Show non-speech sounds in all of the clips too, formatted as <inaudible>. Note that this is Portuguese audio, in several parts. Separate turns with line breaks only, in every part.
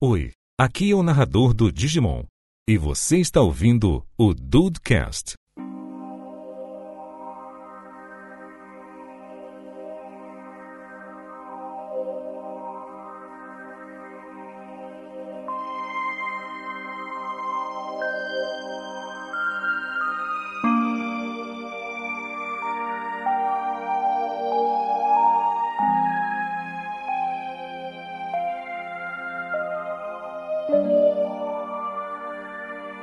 Oi, aqui é o narrador do Digimon e você está ouvindo o Dudecast.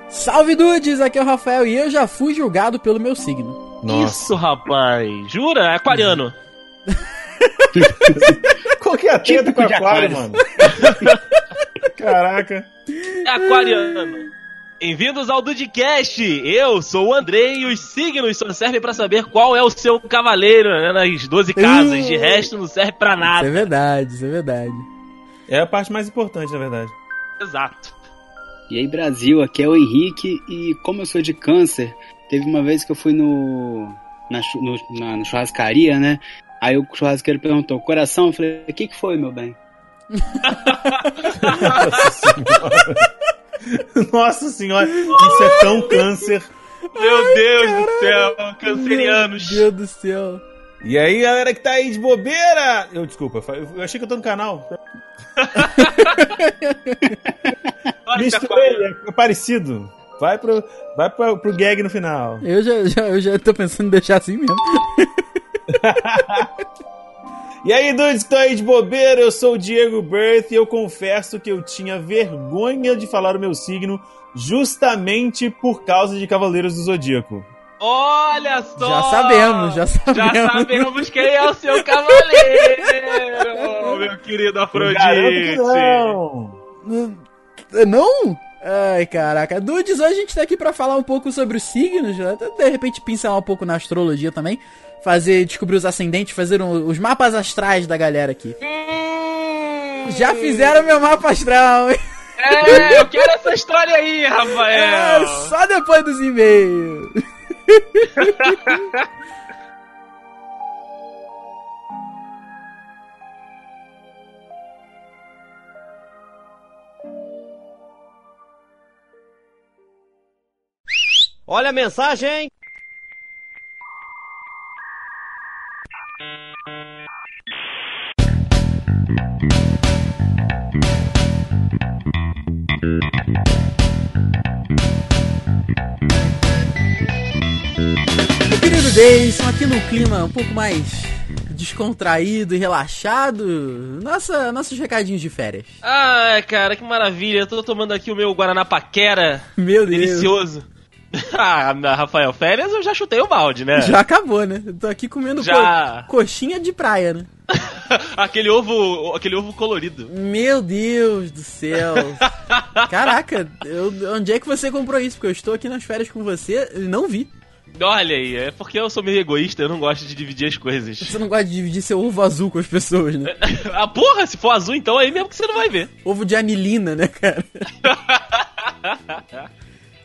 Salve dudes, aqui é o Rafael e eu já fui julgado pelo meu signo.
Isso, rapaz! Jura? É aquariano.
Qual que é a treta
Típico
com
de
aquário,
aquário.
mano? <laughs> Caraca.
É aquariano. Bem-vindos ao Dudcast! Eu sou o Andrei e os signos só servem pra saber qual é o seu cavaleiro né, nas 12 casas. De resto, não serve pra
Isso é
nada.
verdade, isso é verdade.
É a parte mais importante, na verdade.
Exato.
E aí, Brasil, aqui é o Henrique e como eu sou de câncer, teve uma vez que eu fui no na, chu- no- na- na churrascaria, né? Aí o churrasqueiro perguntou, coração? Eu falei, o que que foi, meu bem?
Nossa senhora. Nossa senhora, isso é tão câncer.
Meu Deus do céu, cancerianos.
Meu Deus do céu.
E aí, galera que tá aí de bobeira! Eu desculpa, eu achei que eu tô no canal.
Olha que aquariano.
Misturei, é parecido. Vai pro, vai pro, pro gag no final.
Eu já, já- eu já tô pensando em deixar assim mesmo.
E aí, dudes que estão aí de bobeira, eu sou o Diego Berth e eu confesso que eu tinha vergonha de falar o meu signo justamente por causa de Cavaleiros do Zodíaco.
Olha só!
Já sabemos, já
Já
sabemos.
sabemos quem é o seu cavaleiro, meu querido Afrodite.
não!
Não- <laughs> Não? Ai, caraca. Dudes, hoje a gente tá aqui pra falar um pouco sobre os signos, né? de repente pincelar um pouco na astrologia também. Fazer, descobrir os ascendentes, fazer um- os mapas astrais da galera aqui. Já fizeram meu mapa astral, hein?
Hum. É, eu quero essa história aí,
É,
Rafael.
<laughs> só depois dos e-mails.
Olha a mensagem!
Querido Day, estamos aqui num clima um pouco mais descontraído e relaxado. Nossa, nossos recadinhos de férias.
Ai, cara, que maravilha. Eu tô tomando aqui o meu Guaraná Paquera,
Meu Deus.
delicioso. <laughs> Ah, na Rafael, férias eu já chutei o balde, né?
Já acabou, né? Eu tô aqui comendo
<laughs> Já. <laughs>
co- coxinha de praia, né?
aquele ovo, aquele ovo colorido.
Meu Deus do céu.
<laughs>
Caraca, eu- onde é que você comprou isso? Porque eu estou aqui nas férias com você e não vi.
Olha aí, é porque eu sou meio egoísta, eu não gosto de dividir as coisas. <laughs>
Você não gosta de dividir seu ovo azul com as pessoas, né?
ah, porra, se for azul então aí mesmo que você não vai ver.
Ovo de anilina, né, cara?
<laughs>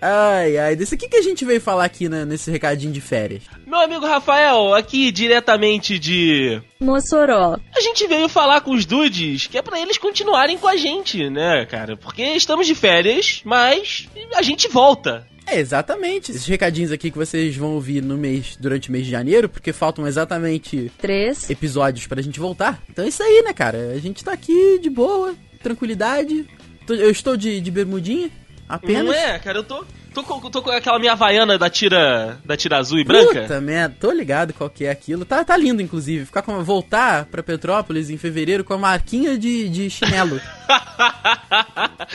Ai, ai, desse aqui que a gente veio falar aqui né, nesse recadinho de férias.
Meu amigo Rafael, aqui diretamente de
Mossoró.
A gente veio falar com os dudes que é pra eles continuarem com a gente, né, cara? Porque estamos de férias, mas a gente volta.
É, exatamente. Esses recadinhos aqui que vocês vão ouvir no mês, durante o mês de janeiro, porque faltam exatamente
Três.
episódios pra gente voltar. Então é isso aí, né, cara? A gente tá aqui de boa, tranquilidade. Tô- Eu estou de, de bermudinha,
Não
apenas.
é, cara? Eu tô, tô, com, tô com aquela minha havaiana da tira, da tira azul e branca. <laughs>
Puta merda, tô ligado qual que é aquilo. Tá, tá lindo, inclusive. Ficar com, voltar pra Petrópolis em fevereiro com a marquinha de, de chinelo.
<laughs>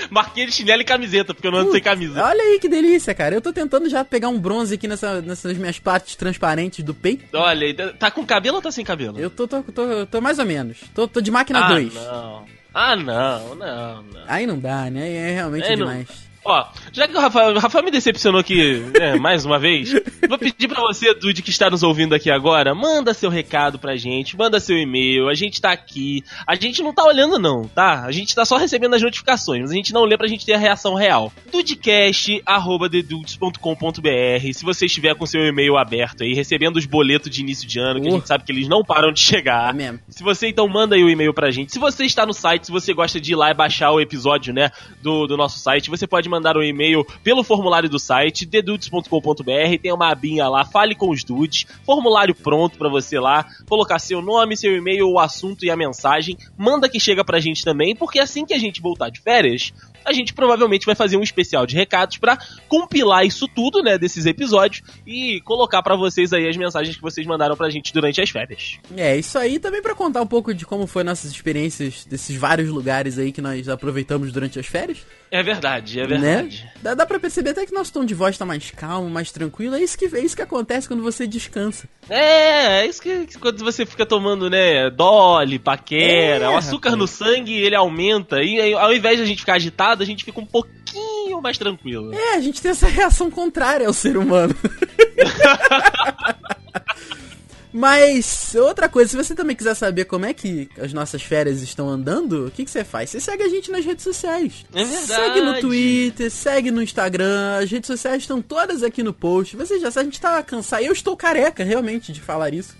Marquinha de chinelo e camiseta, porque eu não ando sem camisa.
Olha aí que delícia, cara. Eu tô tentando já pegar um bronze aqui nessa- nessas minhas partes transparentes do peito.
Olha, aí, tá com cabelo ou tá sem cabelo?
Eu tô, tô, tô, tô mais ou menos. Tô, tô de máquina
ah,
2.
não. Ah, não, não, não.
Aí não dá, né? É realmente
Aí não-
demais.
Ó, já que o Rafael, o Rafael me decepcionou aqui né, mais uma vez, vou pedir pra você, Dude, que está nos ouvindo aqui agora, manda seu recado pra gente, manda seu e-mail, a gente tá aqui. A gente não tá olhando, não, tá? A gente tá só recebendo as notificações, mas a gente não lê pra gente ter a reação real. Dudecast.com.br Se você estiver com seu e-mail aberto aí, recebendo os boletos de início de ano, que a gente sabe que eles não param de chegar.
É mesmo.
Se você então manda aí o e-mail pra gente. Se você está no site, se você gosta de ir lá e baixar o episódio, né, do, do nosso site, você pode mandar um e-mail pelo formulário do site, dedudes.com.br, tem uma abinha lá, fale com os dudes, formulário pronto pra você lá, colocar seu nome, seu e-mail, o assunto e a mensagem, manda que chega pra gente também, porque assim que a gente voltar de férias, a gente provavelmente vai fazer um especial de recados pra compilar isso tudo, né, desses episódios e colocar pra vocês aí as mensagens que vocês mandaram pra gente durante as férias.
É, isso aí também pra contar um pouco de como foi nossas experiências desses vários lugares aí que nós aproveitamos durante as férias,
É verdade, é
né?
verdade.
Dá, dá pra perceber até que nosso tom de voz tá mais calmo, mais tranquilo, é isso que, é isso que acontece quando você descansa.
É, é isso que, que quando você fica tomando, né, dole, paquera,
É,
o açúcar no sangue, ele aumenta, e aí, ao invés de a gente ficar agitado, a gente fica um pouquinho mais tranquilo.
É, a gente tem essa reação contrária ao ser humano. Mas outra coisa, se você também quiser saber como é que as nossas férias estão andando, o que, que você faz? Você segue a gente nas redes sociais.
É verdade.
Segue no Twitter, segue no Instagram, as redes sociais estão todas aqui no post. Você já sabe, a gente tá cansado. Eu estou careca, realmente, de falar
<laughs>
isso.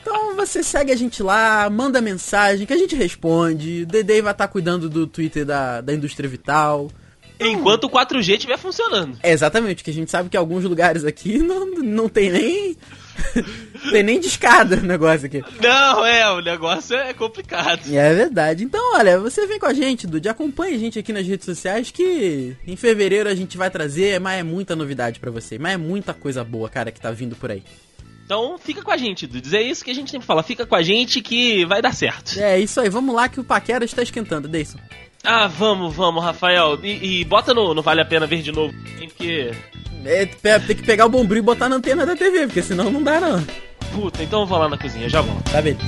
Então você segue a gente lá, manda mensagem que a gente responde. O Dedei vai estar cuidando do Twitter da, da Indústria Vital.
Enquanto o 4G estiver funcionando.
É, exatamente, que a gente sabe que alguns lugares aqui <laughs> não, não tem nem. <laughs> tem nem descada o negócio aqui.
Não, é, o negócio é complicado.
E é verdade. Então, olha, você vem com a gente, Dude, acompanha a gente aqui nas redes sociais que em fevereiro a gente vai trazer, mas é muita novidade pra você, mas é muita coisa boa, cara, que tá vindo por aí.
Então fica com a gente, Dudes, é isso que a gente sempre fala, fica com a gente que vai dar certo.
É isso aí, vamos lá que o Paquera está esquentando, Deison.
Ah, vamos, vamos, Rafael, e, e bota no, no Vale a Pena Ver de novo, hein, porque...
É, pe- tem que pegar o bombril e botar na antena da TV, porque senão não dá não.
Puta, então eu vou lá na cozinha, já volto.
Tá vendo?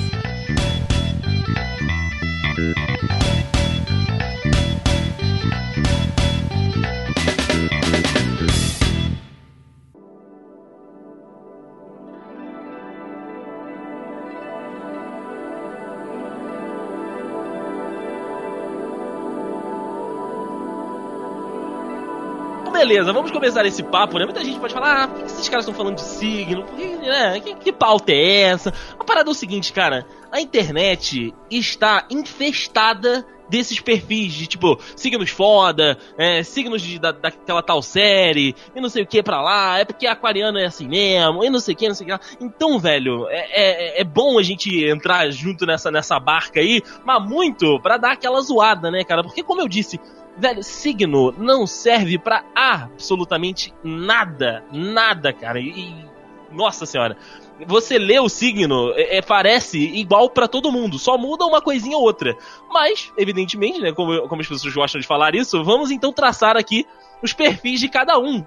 Então, Beleza, vamos começar esse papo, né? Muita gente pode falar, ah, por que esses caras estão falando de signo? Por que, né? que, que pauta é essa? A parada é o seguinte, cara, a internet está infestada desses perfis de, tipo, signos foda, é, signos de, da, daquela tal série, e não sei o que pra lá, é porque a aquariano é assim mesmo, e não sei o que, não sei o que lá. Então, velho, é, é, é bom a gente entrar junto nessa, nessa barca aí, mas muito pra dar aquela zoada, né, cara? Porque, como eu disse, Velho, signo não serve pra absolutamente nada. Nada, cara. E, e- nossa senhora. Você lê o signo, é- é, parece igual pra todo mundo, só muda uma coisinha ou outra. Mas, evidentemente, né, como, como as pessoas gostam de falar isso, vamos então traçar aqui os perfis de cada um,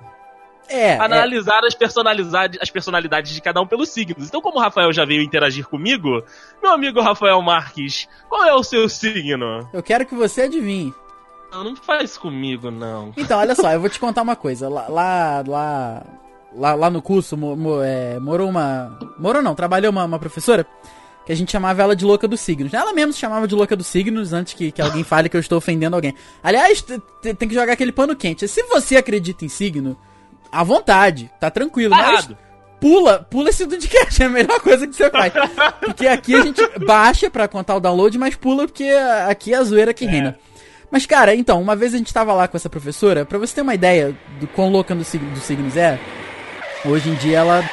É, é,
analisar as personalidades, as personalidades de cada um pelos signos. Então, como o Rafael já veio interagir comigo, meu amigo Rafael Marques, qual é o seu signo?
eu quero que você adivinhe.
Não, não faz isso comigo,
<laughs>
não.
Então, olha só, eu vou te contar uma coisa. Lá, lá, lá, lá, lá no curso mo- mo- é, morou uma. Morou não, trabalhou uma, uma professora que a gente chamava ela de louca dos signos. Ela mesmo se chamava de louca dos signos antes que, que alguém fale que eu estou ofendendo alguém. Aliás, te- te- tem que jogar aquele pano quente. Se você acredita em signo, à vontade, tá tranquilo.
Tá
Mas
errado.
pula, pula esse podcast, é a melhor coisa que você faz. Porque aqui a gente baixa pra contar o download, mas pula porque aqui é a zoeira que reina. Mas, cara, então, uma vez a gente tava lá com essa professora, pra você ter uma ideia do quão louca do sig- dos signos é, hoje em dia ela.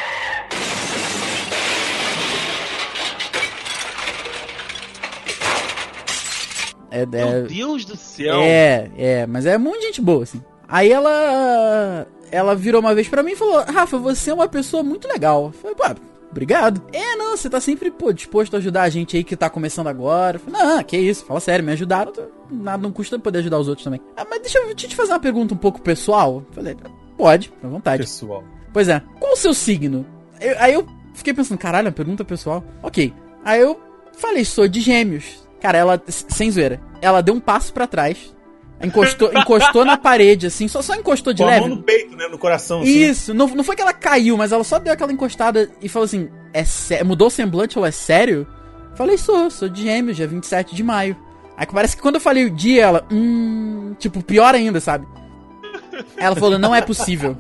É, é,
Meu Deus do céu.
é, é, mas é muito gente boa, assim. Aí ela. Ela virou uma vez pra mim e falou: Rafa, você é uma pessoa muito legal. Eu falei, pá, obrigado. É, não, você tá sempre, pô, disposto a ajudar a gente aí que tá começando agora. Eu falei, não, que isso, fala sério, me ajudaram. tô- Nada, não custa poder ajudar os outros também. Ah, mas deixa eu deixa eu te fazer uma pergunta um pouco pessoal. Eu falei, pode, à vontade.
Pessoal.
Pois é. Qual o seu signo? Eu- aí eu fiquei pensando, caralho, é uma pergunta pessoal. Ok. Aí eu falei, sou de gêmeos. Cara, ela, s- sem zoeira, ela deu um passo pra trás, Encostou, <laughs> encostou na parede, assim, só, só encostou de
Com a
leve.
mão no peito, né? No coração, assim.
Isso, não, não foi que ela caiu, mas ela só deu aquela encostada e falou assim: é sé- mudou o semblante ou é sério? Falei, sou, sou de gêmeos, dia 27 de maio. Aí que parece que quando eu falei o dia, ela, hum, tipo, pior ainda, sabe? Ela falou, não é possível.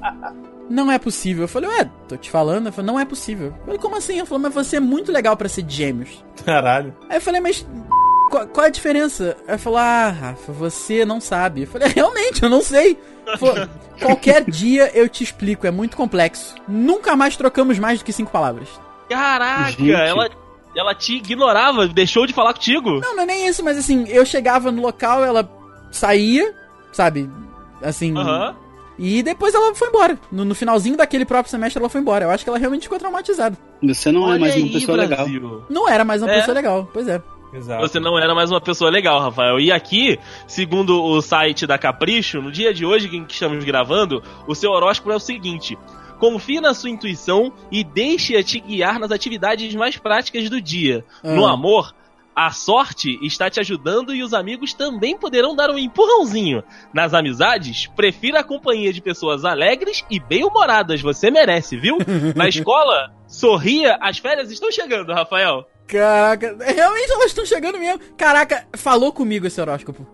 Não é possível. Eu falei, ué, tô te falando. Ela falou, não é possível. Eu falei, como assim? Ela falou, mas você é muito legal pra ser de gêmeos.
Caralho.
Aí eu falei, mas qual, qual é a diferença? Ela falou, ah, Rafa, você não sabe. Eu falei, "É, realmente, eu não sei. Ela
<laughs>
falou, Qualquer dia eu te explico, é muito complexo. Nunca mais trocamos mais do que cinco palavras.
Caraca,
Gente.
ela, ela te ignorava, deixou de falar contigo.
Não, não é nem isso, mas assim, eu chegava no local, ela saía, sabe? Assim.
Aham.
E depois ela foi embora. No, no finalzinho daquele próprio semestre ela foi embora. Eu acho que ela realmente ficou traumatizada.
Você não é mais uma pessoa legal.
Brasil.
Não era mais uma
É.
pessoa legal, pois é.
Exato.
Você não era mais uma pessoa legal, Rafael. E aqui, segundo o site da Capricho, no dia de hoje em que estamos gravando, o seu horóscopo é o seguinte: confie na sua intuição e deixe-a te guiar nas atividades mais práticas do dia. No
Ah.
amor, a sorte está te ajudando e os amigos também poderão dar um empurrãozinho. Nas amizades, prefira a companhia de pessoas alegres e bem-humoradas. Você
<laughs>
merece, viu? Na escola, sorria, as férias estão chegando, Rafael.
Caraca, realmente elas estão chegando mesmo. Caraca, falou comigo esse horóscopo.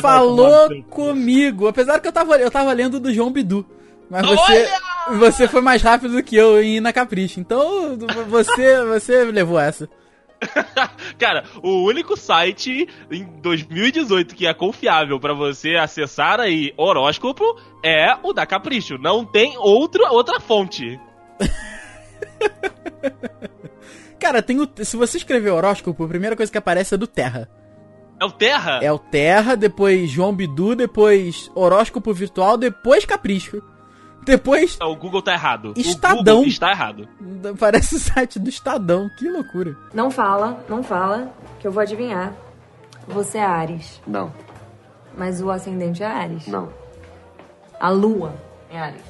falou comigo. Apesar que eu tava, eu tava lendo do João Bidu. Mas você, você foi mais rápido do que eu em ir na Capricho. Então você, você levou essa.
Cara, o único site em 2018 que é confiável pra você acessar aí horóscopo é o da Capricho. Não tem outro, outra fonte.
Cara, tem o, se você escrever horóscopo, a primeira coisa que aparece é do Terra.
É o Terra?
É o Terra, depois João Bidu, depois horóscopo virtual, depois Capricho. Depois
Não, o Google tá errado. O
Estadão.
Google está errado.
aparece o site do Estadão. Que loucura.
Não fala, não fala, que eu vou adivinhar. Você é Ares,
Não,
mas o ascendente é Ares.
não,
A lua é Ares.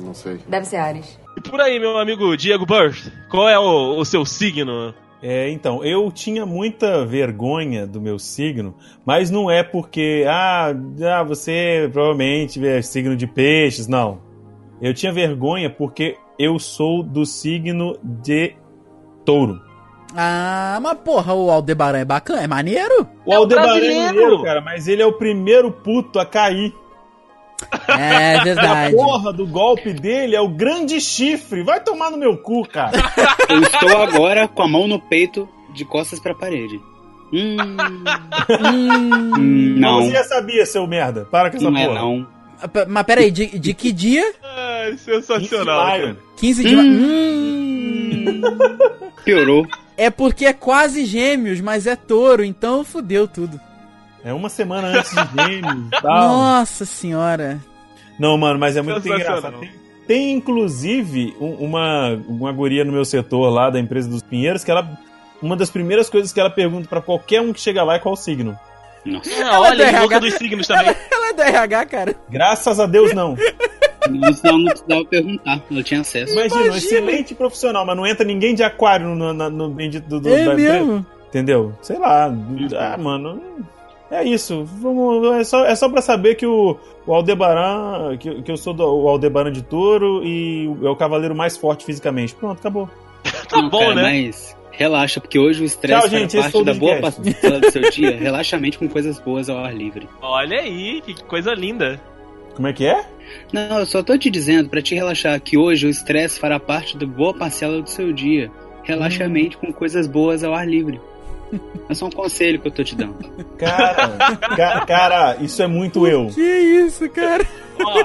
não sei.
Deve ser Ares.
E por aí, meu amigo Diego Burst, qual é o, o seu signo?
É, então, eu tinha muita vergonha do meu signo, mas não é porque, ah, ah, você provavelmente é signo de peixes, não. Eu tinha vergonha porque eu sou do signo de touro.
Ah, mas porra, o Aldebaran é bacana, é maneiro.
O
É o
Aldebaran
brasileiro!
é mineiro, cara, mas ele é o primeiro puto a cair.
É
A
verdade.
porra do golpe dele é o grande chifre. Vai tomar no meu cu, cara.
Eu estou agora com a mão no peito, de costas pra parede. Hum,
Hum,
hum, <laughs> não,
Você já sabia, seu merda. Para com essa
não é
porra.
não.
p- mas peraí, de, de que dia?
Ai,
Isso,
sensacional.
Lion.
15 de. ma- Hum.
Piorou.
É porque é quase gêmeos, mas é touro, então fudeu tudo.
É uma semana antes de Gêmeos e tal.
Nossa senhora.
Não, mano, mas é muito
Sensacional.
engraçado. Tem, tem, inclusive, um- uma, uma guria no meu setor lá, da empresa dos Pinheiros, que ela. Uma das primeiras coisas que ela pergunta pra qualquer um que chega lá é qual o signo.
Nossa,
Ah, olha,
Ela
a
derraga.
boca dos signos também.
Ela é do RH, cara.
Graças a Deus,
<laughs>
não.
não, não precisava perguntar, não tinha acesso.
Imagina, um excelente profissional, mas não entra ninguém de aquário no, na- no bendito do, do- da
É
empresa.
mesmo.
Entendeu? Sei lá. Ah, mano. É isso. Vamos, é, só, é só pra saber que o, o Aldebaran. Que, que eu sou do, o Aldebaran de touro e é o cavaleiro mais forte fisicamente. Pronto, acabou.
Tá
Não,
bom,
cara,
né?
Mas relaxa, porque hoje o estresse
Tchau,
faz
gente, esse foi o
parte da boa
Ludcast.
parcela do seu dia. <laughs> Relaxa a mente com coisas boas ao ar livre.
Olha aí, que coisa linda.
Como é que é?
Não, eu só tô te dizendo pra te relaxar que hoje o estresse fará parte da boa parcela do seu dia. Relaxa a mente com coisas boas ao ar livre.
<laughs>
É só um conselho que eu tô te dando.
Cara, ca- cara, isso é muito eu.
Que isso, cara.
Ó,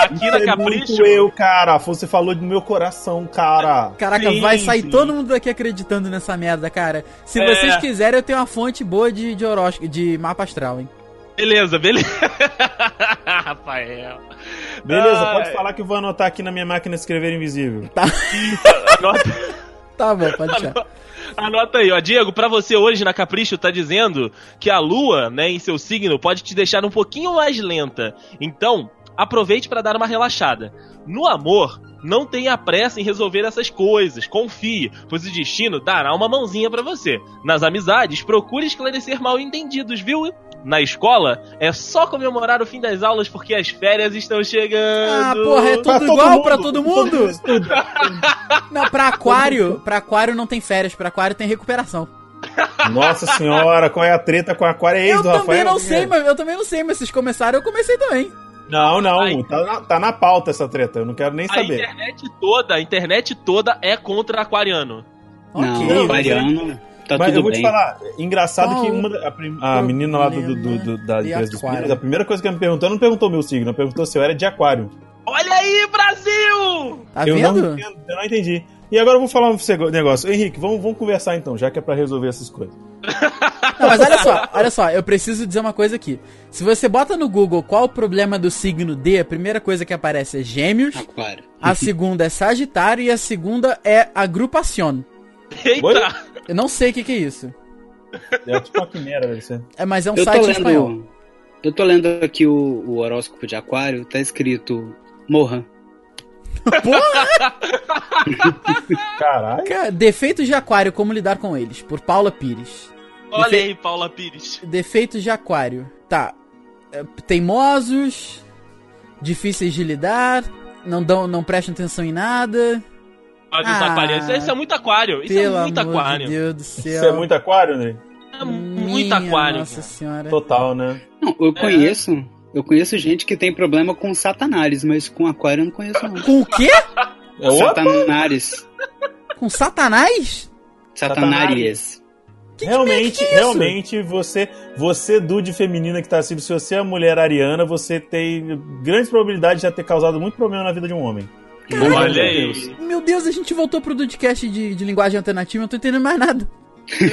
aqui
Isso
na
é
Capricho.
muito eu, cara. Você falou do meu coração, cara.
Caraca,
Sim,
vai sair
sim.
todo mundo daqui acreditando nessa merda, cara. Se
É.
vocês quiserem, eu tenho uma fonte boa de, de horóscopo, de mapa astral, hein.
Beleza, beleza. <laughs> Rafael. Ah,
Beleza,
Ai.
pode falar que eu vou anotar aqui na minha máquina de escrever invisível.
Anota,
Tá bom, pode deixar.
anota aí, ó. Diego, pra você hoje na Capricho tá dizendo que a lua, né, em seu signo, pode te deixar um pouquinho mais lenta. Então, aproveite para dar uma relaxada. No amor, não tenha pressa em resolver essas coisas. Confie, pois o destino dará uma mãozinha para você. Nas amizades, procure esclarecer mal entendidos, viu? Na escola, é só comemorar o fim das aulas porque as férias estão
Ah,
chegando.
porra, é
Pra
tudo
todo
igual
mundo,
pra todo mundo?
estuda.
Não, pra aquário, pra aquário não tem férias, pra aquário tem recuperação.
Nossa senhora, qual é a treta com a aquário? É ex
eu
do
também
Rafael?
não sei, mas eu também não sei, mas vocês começaram, eu comecei também.
Não,
Ai. é.
não, tá na, tá na pauta essa treta, eu não quero nem
A
saber.
internet toda, a internet toda é contra aquariano.
Não, aquariano, tá
Mas eu
tudo
vou
bem.
te falar, engraçado
Qual
que uma, da- a, prim- a
o
menina lá do, do- do- do- da
de
empresa dos
Tá aquário?
meninos, a primeira coisa que ela me perguntou, ela não perguntou meu signo, ela perguntou se eu era de aquário.
Olha aí, Brasil!
Tá
eu
vendo?
não entendo, eu não entendi. E agora eu vou falar um seg- negócio. Henrique, vamos, vamos conversar então, já que é pra resolver essas coisas.
Não, mas olha só, olha só, eu preciso dizer uma coisa aqui. Se você bota no Google qual o problema do signo D, a primeira coisa que aparece é gêmeos,
Aquário.
Ah,
a segunda é Sagitário e a segunda é agrupacion.
Eita!
Oi?
Eu não sei o que, que é isso.
É tipo uma quimera, velho. Você...
É, mas é um
eu tô
site em
lendo.
espanhol.
Eu tô lendo aqui o, o horóscopo de aquário, tá escrito morra.
Caralho.
Cara, Defeitos de aquário, como lidar com eles? Por Paula Pires.
Olha aí, Paula Pires.
Defeitos de aquário. Tá. É, Teimosos, difíceis de lidar, não, dão, não prestam atenção em nada.
Mas
Ah,
isso, aquário, isso, isso é muito aquário. Isso
Pelo
é muito
amor
aquário.
de Deus do céu.
Você é muito aquário, André?
É muito
Minha
aquário.
Nossa
cara.
senhora.
Total, né?
Não, eu conheço. Eu conheço gente que tem problema com Satanás, mas com aquário eu não conheço não.
Com o quê?
É outro?
Satanás.
Com Satanás?
Satanaries.
realmente,
é
realmente, você, você, Dude feminina que tá assistindo, se você é uma mulher ariana, você tem grandes probabilidades de já ter causado muito problema na vida de um homem.
Olha aí.
Meu Deus, a gente voltou pro podcast de, de linguagem alternativa, eu não tô entendendo mais nada.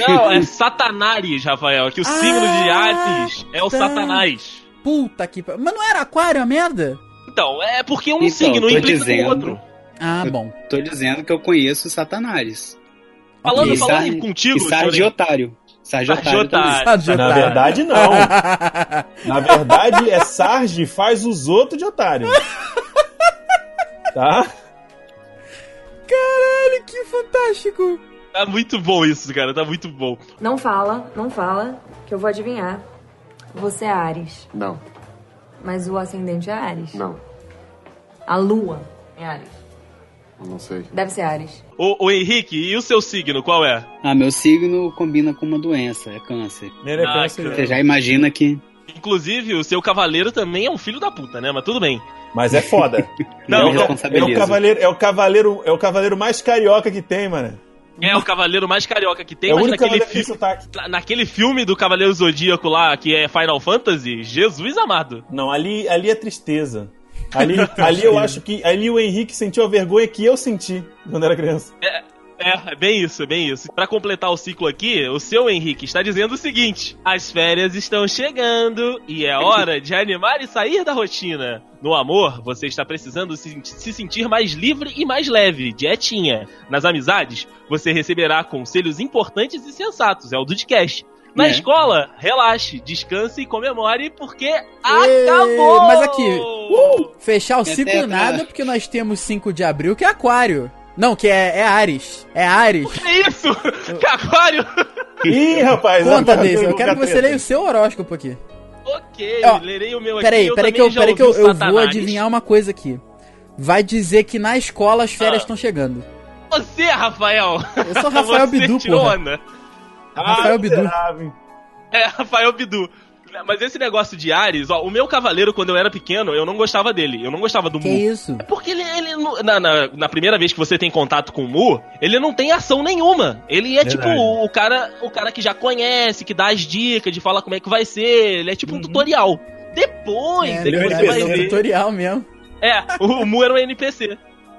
Não, é Satanares, Rafael. Que o
Ah,
signo de Ares é o
tá.
Satanás.
Puta que pa... Mas não era aquário a merda?
Então, é porque um
Então,
signo
tô
implica
dizendo.
com o outro.
Ah, bom.
Tô dizendo que eu conheço Satanás.
Falando,
E
falando
Sar-
contigo,
e Sarge
senhor-
otário. Sarge otário.
Sargiotário.
Ah, de
Na
otário. <laughs>
verdade, não. Na verdade, é Sarge faz os outros
<laughs>
de otário. Tá?
Caralho, que fantástico.
Tá muito bom isso, cara. Tá muito bom.
Não fala, não fala, que eu vou adivinhar. Você é Ares,
Não,
mas o ascendente é Ares.
não,
A lua é Ares.
não sei.
Deve ser Ares.
Ô, ô Henrique, e o seu signo, qual é?
Ah, meu signo combina com uma doença, é câncer.
Ele é
Ah,
Você
câncer.
já imagina que.
Inclusive, o seu cavaleiro também é um filho da puta, né? Mas tudo bem.
Mas é foda.
Não,
me
não,
É o
responsabilizo.
cavaleiro, é o cavaleiro, é o cavaleiro mais carioca que tem, mano.
É o cavaleiro mais carioca que tem,
é o
mas
único
naquele,
cavaleiro que
fi-
sotaque.
na- Tá, naquele filme do Cavaleiro Zodíaco lá, que é Final Fantasy, Jesus amado.
Não, ali, ali é tristeza.
<laughs>
Ali,
Tá
ali eu acho que ali o Henrique sentiu a vergonha que eu senti quando
<laughs>
era criança.
É, é bem isso, é bem isso. Pra completar o ciclo aqui, o seu Henrique está dizendo o seguinte: as férias estão chegando e é hora de animar e sair da rotina. No amor, você está precisando se, se sentir mais livre e mais leve, dietinha. Nas amizades, você receberá conselhos importantes e sensatos, é o Dudcast. Na
É.
escola, relaxe, descanse e comemore, porque
Ê,
acabou!
mas aqui, uh!
Uh!
Fechar o
Tem
ciclo
até aquela-
nada, porque nós temos 5 de abril, que é aquário. Não, que é, é Ares. É Ares.
Que isso? Caguário!
Ih, rapaz,
Conta,
rapaz,
Deise, eu
tem
quero que
boca
você
treta.
leia o seu horóscopo aqui.
Ok,
Ó,
lerei o meu aqui.
Peraí, peraí que eu,
também já
peraí que eu,
ouvi o
eu vou
Satanás.
adivinhar uma coisa aqui. Vai dizer que na escola as férias
Ah.
estão chegando.
Você, Rafael!
Eu
<laughs>
sou Rafael
Você
Bidu,
tirou
porra.
onda.
Rafael
Ah,
Bidu.
miserável.
É, Rafael Bidu. Mas esse negócio de Ares, ó, o meu cavaleiro, quando eu era pequeno, eu não gostava dele. Eu não gostava do
Que
Mu.
isso?
Porque ele, ele não- na, na- na primeira vez que você tem contato com o Mu, ele não tem ação nenhuma. Ele é
Verdade.
tipo o, o cara, o cara que já conhece, que dá as dicas, de falar como é que vai ser. Ele é tipo um tutorial. Depois,
Uhum. É,
é que
ele é um
você vai
é um
NPC.
ver.
tutorial mesmo.
É, o Mu era um NPC.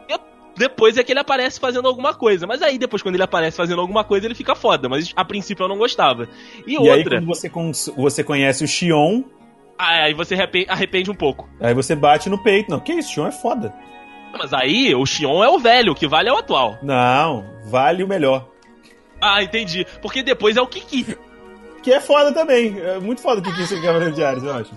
E Depois é que ele aparece fazendo alguma coisa. Mas aí depois, quando ele aparece fazendo alguma coisa, ele fica foda. Mas a princípio eu não gostava. E,
E aí,
outra,
quando você, cons- você conhece o Xion,
ah, aí você arrepe- arrepende um pouco.
aí você bate no peito. Não, que isso, Xion é foda.
Mas aí o Xion é o velho, o que vale é o atual.
Não, vale o melhor.
Ah, entendi. Porque depois é o Kiki.
Que é foda também. É muito foda o que que isso é Cavaleiro de Ares, eu acho.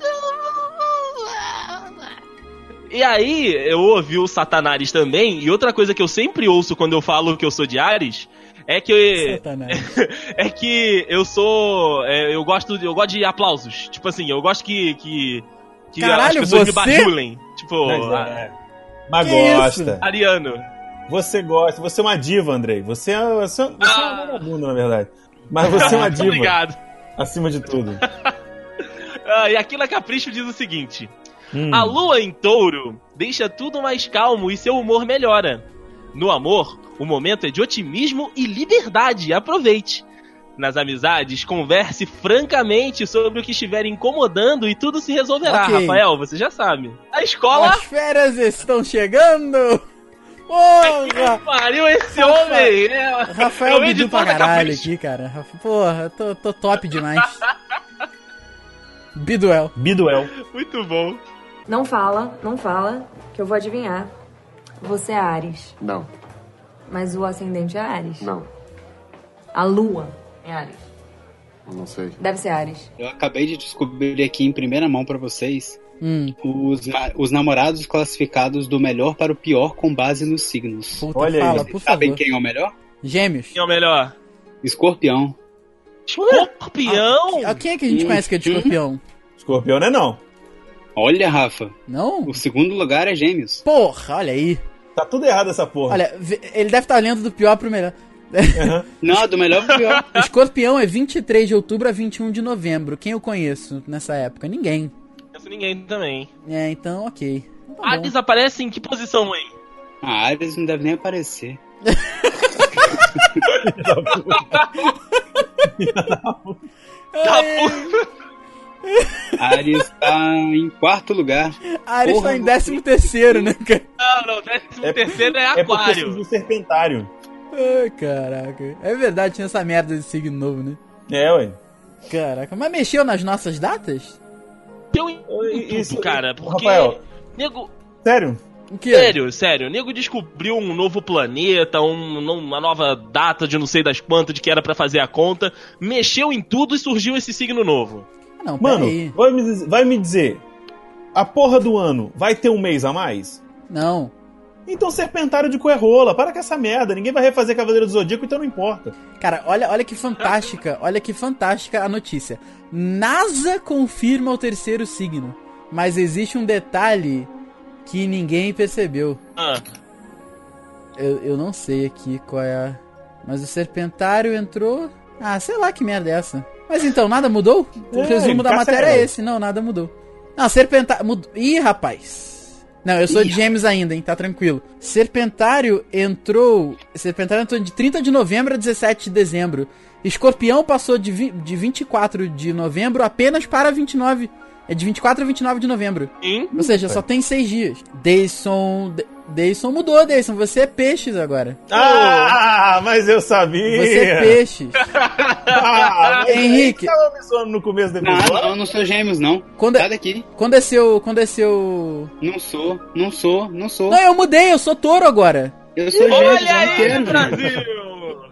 E aí, eu ouvi o Satanás também, e outra coisa que eu sempre ouço quando eu falo que eu sou de Ares é que
Satanás.
é que eu sou. é, eu gosto de- eu gosto de aplausos. Tipo assim, eu gosto que. que, que as
Caralho,
pessoas me
você?
bajulem. Tipo,
Mas,
a-
é. Mas
Que
gosta.
Ariano.
Você gosta. Você é uma diva, Andrei. Você é, você é- você é uma
Ah.
vagabunda, na verdade. Mas você é uma diva,
<laughs> Obrigado.
acima de tudo.
Ah, e aqui na Capricho diz o seguinte:
Hum.
A lua em touro deixa tudo mais calmo e seu humor melhora. No amor, o momento é de otimismo e liberdade. Aproveite. Nas amizades, converse francamente sobre o que estiver incomodando e tudo se resolverá.
Ok.
Rafael, você já sabe. A escola.
As férias estão chegando!
Que
Porra!
pariu esse
Rafael-
homem! né?
Rafael
Eu
me
edito
pra
da
caralho
Capricho.
aqui, cara. Rafa- Porra, tô, tô top demais. Biduel.
Hum. Biduel.
Muito bom.
Não fala, não fala, que eu vou adivinhar. Você é Ares,
Não,
mas o ascendente é Ares.
não,
A lua é Ares.
eu não sei.
Deve ser Ares.
Eu acabei de descobrir aqui em primeira mão pra vocês
Hum,
os, ma- os namorados classificados do melhor para o pior com base nos signos.
puta,
Olha
fala,
aí.
por
Sabem
favor.
quem é o melhor?
Gêmeos.
Quem é o melhor?
Escorpião.
Escorpião!
Ah, quem é que a gente conhece que é de escorpião?
Escorpião não é não.
Olha, Rafa,
Não?
o segundo lugar é Gêmeos.
Porra, olha aí.
Tá tudo errado essa porra.
Olha, vê- ele deve estar lendo do pior pro melhor.
Não, do melhor
<laughs>
pro pior.
Escorpião é 23 de outubro a 21 de novembro. Quem eu conheço nessa época? Ninguém.
Não conheço ninguém também.
É, então, ok. Então tá bom.
Ares aparece em que posição, hein?
A Ah, Ares não deve nem aparecer.
Tá
Ei,
Ares tá em quarto lugar.
Ares
Porra,
tá em 13 terceiro, né, cara?
Não, não, décimo
É por-
terceiro é
É porque eu
aquário.
fiz um serpentário.
Ai, caraca. É verdade, tinha essa merda de signo novo, né?
É, ué.
Caraca, mas mexeu nas nossas datas?
Teu em tudo,
Isso,
um cara, porque...
Rafael,
Nego,
sério?
O que?
sério, sério, nego descobriu um novo planeta, um- não- uma nova data de não sei das quantas, de que era pra fazer a conta, mexeu em tudo e surgiu esse signo novo.
Ah, Não,
Mano,
peraí.
vai me, diz- vai me dizer. A porra do ano vai ter um mês a mais?
Não.
Então serpentário de coerrola, para com essa merda. Ninguém vai refazer Cavaleiro do Zodíaco, então não importa.
Cara, olha, olha que fantástica, olha que fantástica a notícia. NASA confirma o terceiro signo, mas existe um detalhe que ninguém percebeu.
Ah,
Eu, eu não sei aqui qual é a... Mas o Serpentário entrou... Ah, sei lá que merda é essa. Mas então, nada mudou? O
É,
resumo da
tá
matéria é
certo.
esse. Não, nada mudou. Não, Serpentário... Mudou. Ih, rapaz. Não, eu sou de Gêmeos ainda, hein? Tá tranquilo. Serpentário entrou... Serpentário entrou de 30 de novembro a 17 de dezembro. Escorpião passou de, vi- de 24 de novembro apenas para 29. É de 24 a 29 de novembro.
hein?
Ou seja, só tem seis dias. Deison. De- Deison mudou, Deison. Você é peixes agora.
Ah, mas eu sabia!
Você é
<laughs>
peixes.
Ah, mas
Henrique.
eu Tava me zoando no começo do
Não,
episódio.
não, eu não sou Gêmeos, não.
Quando
Sai
é,
daqui.
quando é seu. Quando é seu.
Não sou, não sou, não sou.
Não, eu mudei, eu sou touro agora.
Eu sou Gêmeos,
Olha
eu não
aí,
quero Gêmeos.
Brasil!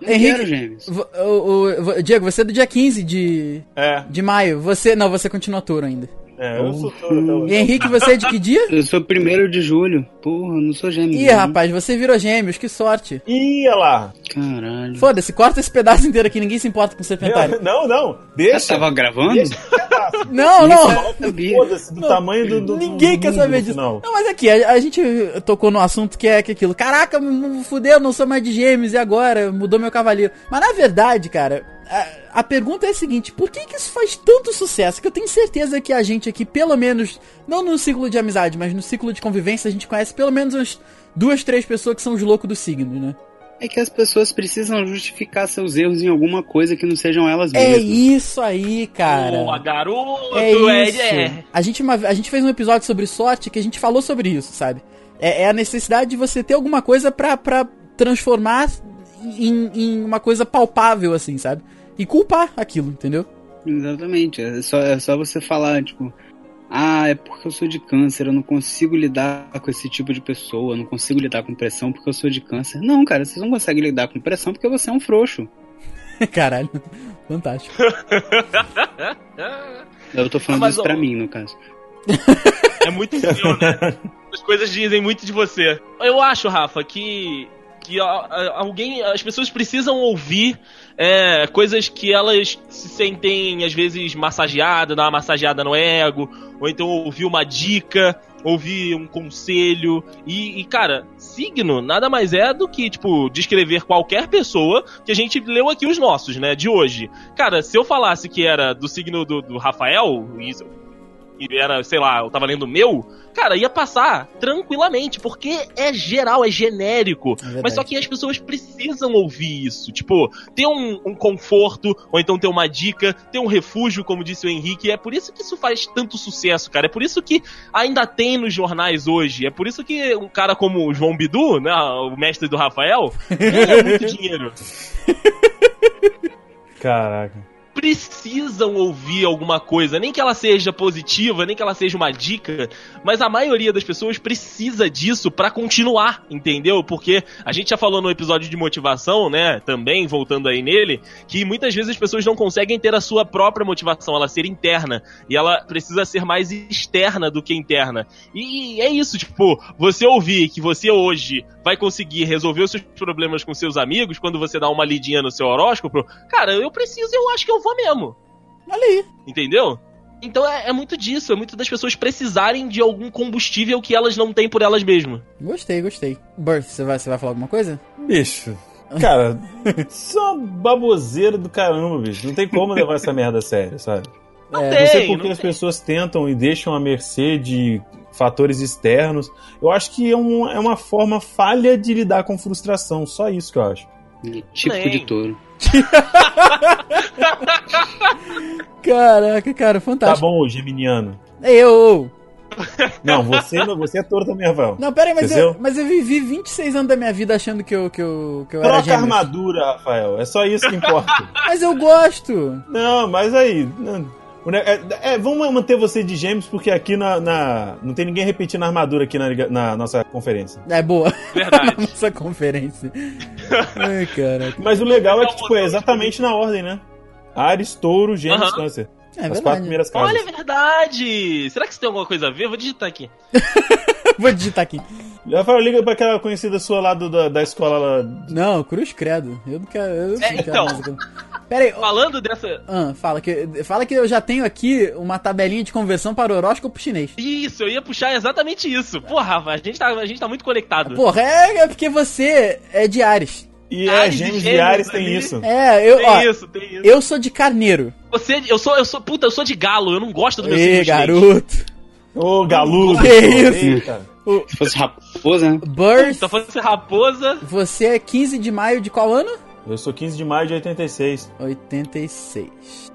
Não
Henrique-
quero Gêmeos.
V- o- o- v- Diego, você é do dia 15 de,
É,
de maio. Você. Não, você continua touro ainda.
é,
Então,
eu sou todo
E
até hoje.
Henrique, você é de que dia?
Eu sou primeiro de julho. Porra, eu não sou Gêmeos.
Ih,
não.
rapaz, você virou gêmeos, que sorte.
Ih, olha lá.
Caralho.
Foda-se, corta esse pedaço inteiro aqui, ninguém se importa com o serpentário.
Eu- não, não.
Eu
Deixa.
tava gravando?
Não, não.
Eu sabia.
Foda-se do tamanho do. do- do
Ninguém quer
mundo
saber
no
disso.
final.
Não, mas aqui, a, a gente tocou no assunto que é que aquilo. Caraca, m- m- fudeu, não sou mais de gêmeos, e agora? Mudou meu cavaleiro. Mas na verdade, cara, a, a pergunta é a seguinte: por que, que isso faz tanto sucesso? Que eu tenho certeza que a gente aqui, pelo menos, não no ciclo de amizade, mas no ciclo de convivência, a gente conhece pelo menos umas duas, três pessoas que são os loucos do signo, né?
É que as pessoas precisam justificar seus erros em alguma coisa que não sejam elas
É
mesmas.
isso aí, cara.
Boa, garoto!
É isso.
é, <laughs>
A, gente uma- a gente fez um episódio sobre sorte que a gente falou sobre isso, sabe? É, é a necessidade de você ter alguma coisa pra, pra transformar em, em uma coisa palpável, assim, sabe? E culpar aquilo, entendeu? <laughs>
Exatamente. É só, é só você falar, tipo, ah, é porque eu sou de câncer, eu não consigo lidar com esse tipo de pessoa, eu não consigo lidar com pressão porque eu sou de câncer. Não, cara, vocês não conseguem lidar com pressão porque você é um frouxo.
Caralho, fantástico.
Eu tô falando
Mas,
isso
ó,
pra mim, no caso.
É muito seu, né? As coisas dizem muito de você. Eu acho, Rafa, que. Que a- a- alguém. As pessoas precisam ouvir é, coisas que elas se sentem, às vezes, massageadas, dar uma massageada no ego, ou então ouvir uma dica, ouvir um conselho. E, e, cara, signo nada mais é do que, tipo, descrever qualquer pessoa que a gente leu aqui os nossos, né? De hoje. Cara, se eu falasse que era do signo do, do Rafael, isso, e era, sei lá, eu tava lendo o meu, cara, ia passar tranquilamente, porque é geral, é genérico.
verdade.
Mas só que as pessoas precisam ouvir isso. Tipo, ter um, um conforto, ou então ter uma dica, ter um refúgio, como disse o Henrique. É por isso que isso faz tanto sucesso, cara. É por isso que ainda tem nos jornais hoje. É por isso que um cara como o João Bidu, né, o mestre do Rafael, ganha muito dinheiro.
Caraca.
Precisam ouvir alguma coisa, nem que ela seja positiva, nem que ela seja uma dica, mas a maioria das pessoas precisa disso pra continuar, entendeu? Porque a gente já falou no episódio de motivação, né, também voltando aí nele, que muitas vezes as pessoas não conseguem ter a sua própria motivação, ela ser interna, e ela precisa ser mais externa do que interna. E é isso, tipo, você ouvir que você hoje vai conseguir resolver os seus problemas com seus amigos quando você dá uma lidinha no seu horóscopo, cara, eu preciso, eu acho que eu vou mesmo.
Olha aí.
Entendeu? Então é, é muito disso, é muito das pessoas precisarem de algum combustível que elas não têm por elas mesmas.
Gostei, gostei. Birth, você vai, você vai falar alguma coisa?
Bicho. Cara, só uma baboseira do caramba, bicho. Não tem como levar essa merda a sério, sabe?
É.
Não
Não sei
tem,
porque
não
as pessoas tentam e deixam à mercê de fatores externos. Eu acho que é, um- é uma forma falha de lidar com frustração. Só isso que eu acho.
Tipo
Bem.
de touro.
Caraca, cara,
Tá
fantástico.
bom, ô geminiano.
Eu!
Não, você, não- você é touro também, Rafael.
Não, pera aí, mas eu,
Entendeu?
mas eu vivi 26 anos da minha vida achando que eu, que eu, que eu era
Troca a
gêmeo.
armadura, Rafael. É só isso que importa.
Mas eu gosto!
Não, mas aí. não- o ne- é- é, vamos manter você de gêmeos, porque aqui na. na- não tem ninguém repetindo a armadura aqui na, liga- na nossa conferência.
É boa.
Verdade.
Nossa conferência. Ai, caraca.
Mas o legal é que, tipo, é exatamente na ordem, né? Ares, touro, gêmeos,
Aham.
câncer.
É
As quatro
verdade.
primeiras casas.
<laughs> Olha, é verdade! Será que isso tem alguma coisa a ver? Vou digitar aqui.
Vou digitar aqui.
Rafael, liga pra aquela conhecida sua lá do- da, da escola lá.
Não, cruz credo. Eu não quero. Eu não
É,
quero
então.
mais aquilo. Pera aí, ó,
Falando dessa.
ah, fala, que, fala que eu já tenho aqui uma tabelinha de conversão para o horóscopo chinês.
Isso, eu ia puxar exatamente isso. Porra, Rafa, a gente tá, a gente tá muito conectado.
Porra, é, é porque você é de Ares.
E é,
Ares e
gêmeos e
gêmeos
Ares tem
ali.
isso.
É, eu,
tem
ó,
isso, tem isso.
eu sou de carneiro.
Você, eu sou, eu sou, puta, eu sou de galo, eu não gosto do meu
Ê,
signo chinês.
garoto.
Ô, galudo.
É. Que isso?
Eita.
Se fosse raposa, né?
Birth,
Só fosse raposa.
você é 15 de maio de qual ano?
Eu sou 15 de maio de 86.
86.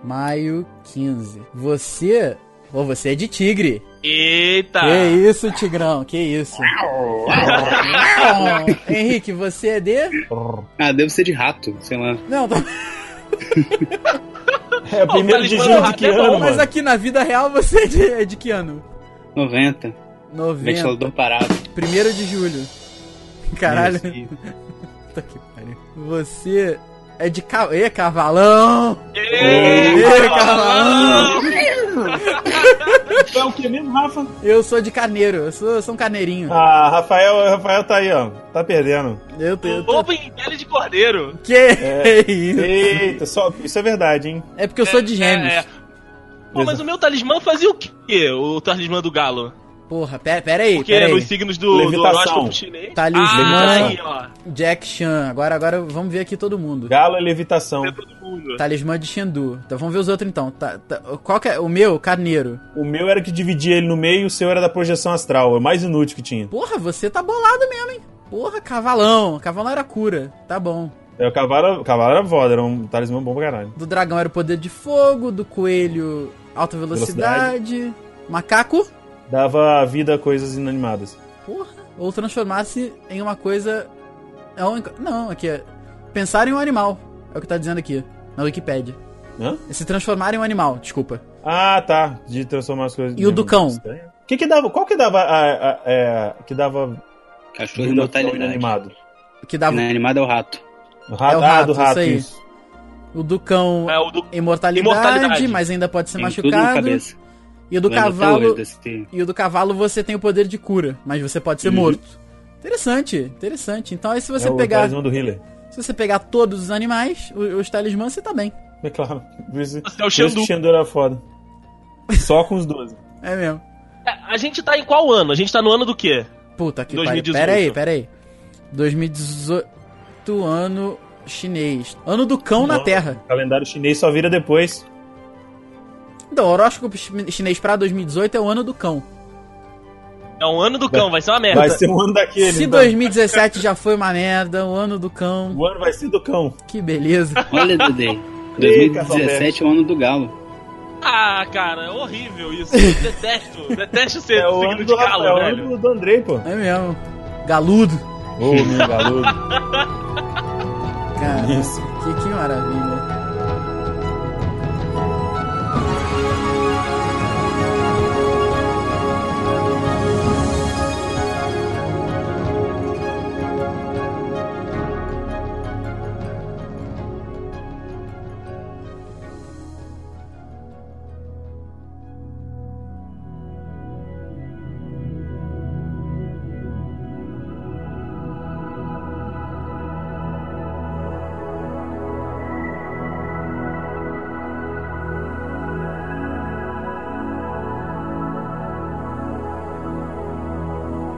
Maio 15. Você. Pô, você é de tigre.
Eita!
Que isso, Tigrão, que isso. Henrique, você é de.
Ah, deve ser de rato, sei lá.
Não, tá-
É o primeiro de
talismã
junho
do
de
rato
que
é bom,
ano,
mas
mano?
aqui na vida real você é de, é de que ano?
90.
90.
Ventilador parado.
1 de julho. Caralho.
Isso, isso.
Puta que pariu. Você é de ca... Ê, cavalão!
Eita,
Ê,
cavalão!
cavalão!
É o que mesmo, Rafa?
Eu sou de carneiro, eu sou, eu sou um carneirinho.
Ah, Rafael, Rafael tá aí, ó. Tá perdendo.
Eu tenho. eu
Lobo em pele de cordeiro.
tô- Que isso?
Eita, só, isso é verdade, hein?
É porque eu sou de gêmeos.
É. Pô, mas o meu talismã fazia o quê? O talismã do galo?
Porra, pera, pera aí,
Porque
pera aí.
nos signos do, do
Levitação.
horóscopo chinês.
Talismã.
Ah, aí, ó.
Jack Chan. Agora, agora vamos ver aqui todo mundo.
Galo é levitação.
Pra todo mundo.
Talismã de Xandu. Tá, vamos ver os outros então. Tá, tá- qual que é? O meu, carneiro.
O meu era que dividia ele no meio, o seu era da projeção astral. É o mais inútil que tinha.
Porra, você tá bolado mesmo, hein? Porra, cavalão. Cavalão era cura. Tá bom.
É, o cavalo, o cavalo era foda, era um talismã bom pra caralho.
Do dragão era o poder de fogo. Do coelho, alta velocidade. Macaco.
Dava vida a coisas inanimadas.
Porra. Ou transformasse em uma coisa. é um- Não, aqui é. Pensar em um animal. É o que tá dizendo aqui. Na Wikipédia.
Hã?
Se transformar em um animal, desculpa.
Ah, tá. De transformar as coisas.
E o do cão?
Estranho. Que que dava, qual que dava. a- a- é, que dava.
Cachorro
vida ao cão
imortalidade.
inanimado?
Que dava
Inanimado é o rato.
O rato,
É o
ah, do
rato, isso
rato,
aí.
isso.
o do cão
É o do.
Tá
imortalidade,
Imortalidade.
mas ainda pode ser
Tem tudo na
machucado.
cabeça.
E o do
Lembro até
cavalo.
hoje desse-
E o do cavalo você tem o poder de cura, mas você pode ser morto. Interessante, interessante. Então aí se você
Uhum. é o
pegar.
talismã do healer. <laughs>
Se você pegar todos os animais, os, os talismãs, você tá bem.
É claro. Por isso,
Até o
por isso que
Xandu.
o Xandu era
<laughs>
foda. Só com os 12.
É mesmo.
A a gente tá em qual ano? A gente tá no ano do quê?
Puta que pariu.
2018.
Pera aí, pera aí. 2018 ano chinês. Ano do cão na
Não,
Terra.
O calendário chinês só vira depois.
Então, o horóscopo chi- chinês pra 2018 é o ano do cão.
É um ano do cão, vai ser uma merda.
Vai ser um ano daquele.
É, Se
então.
2017 já foi uma merda, o ano do cão,
O ano vai ser do cão.
que beleza.
Olha,
<laughs>
Dede.
Ih,
2017 é o ano do galo.
Ah, cara, é horrível isso. Eu
<laughs>
detesto. detesto ser
É o
signo
ano
de
do
galo,
Rafael, é o
velho.
ano do- do Andrei, pô.
É mesmo. Galudo.
Ô, meu galudo.
Cara,
Isso.
que, que maravilha.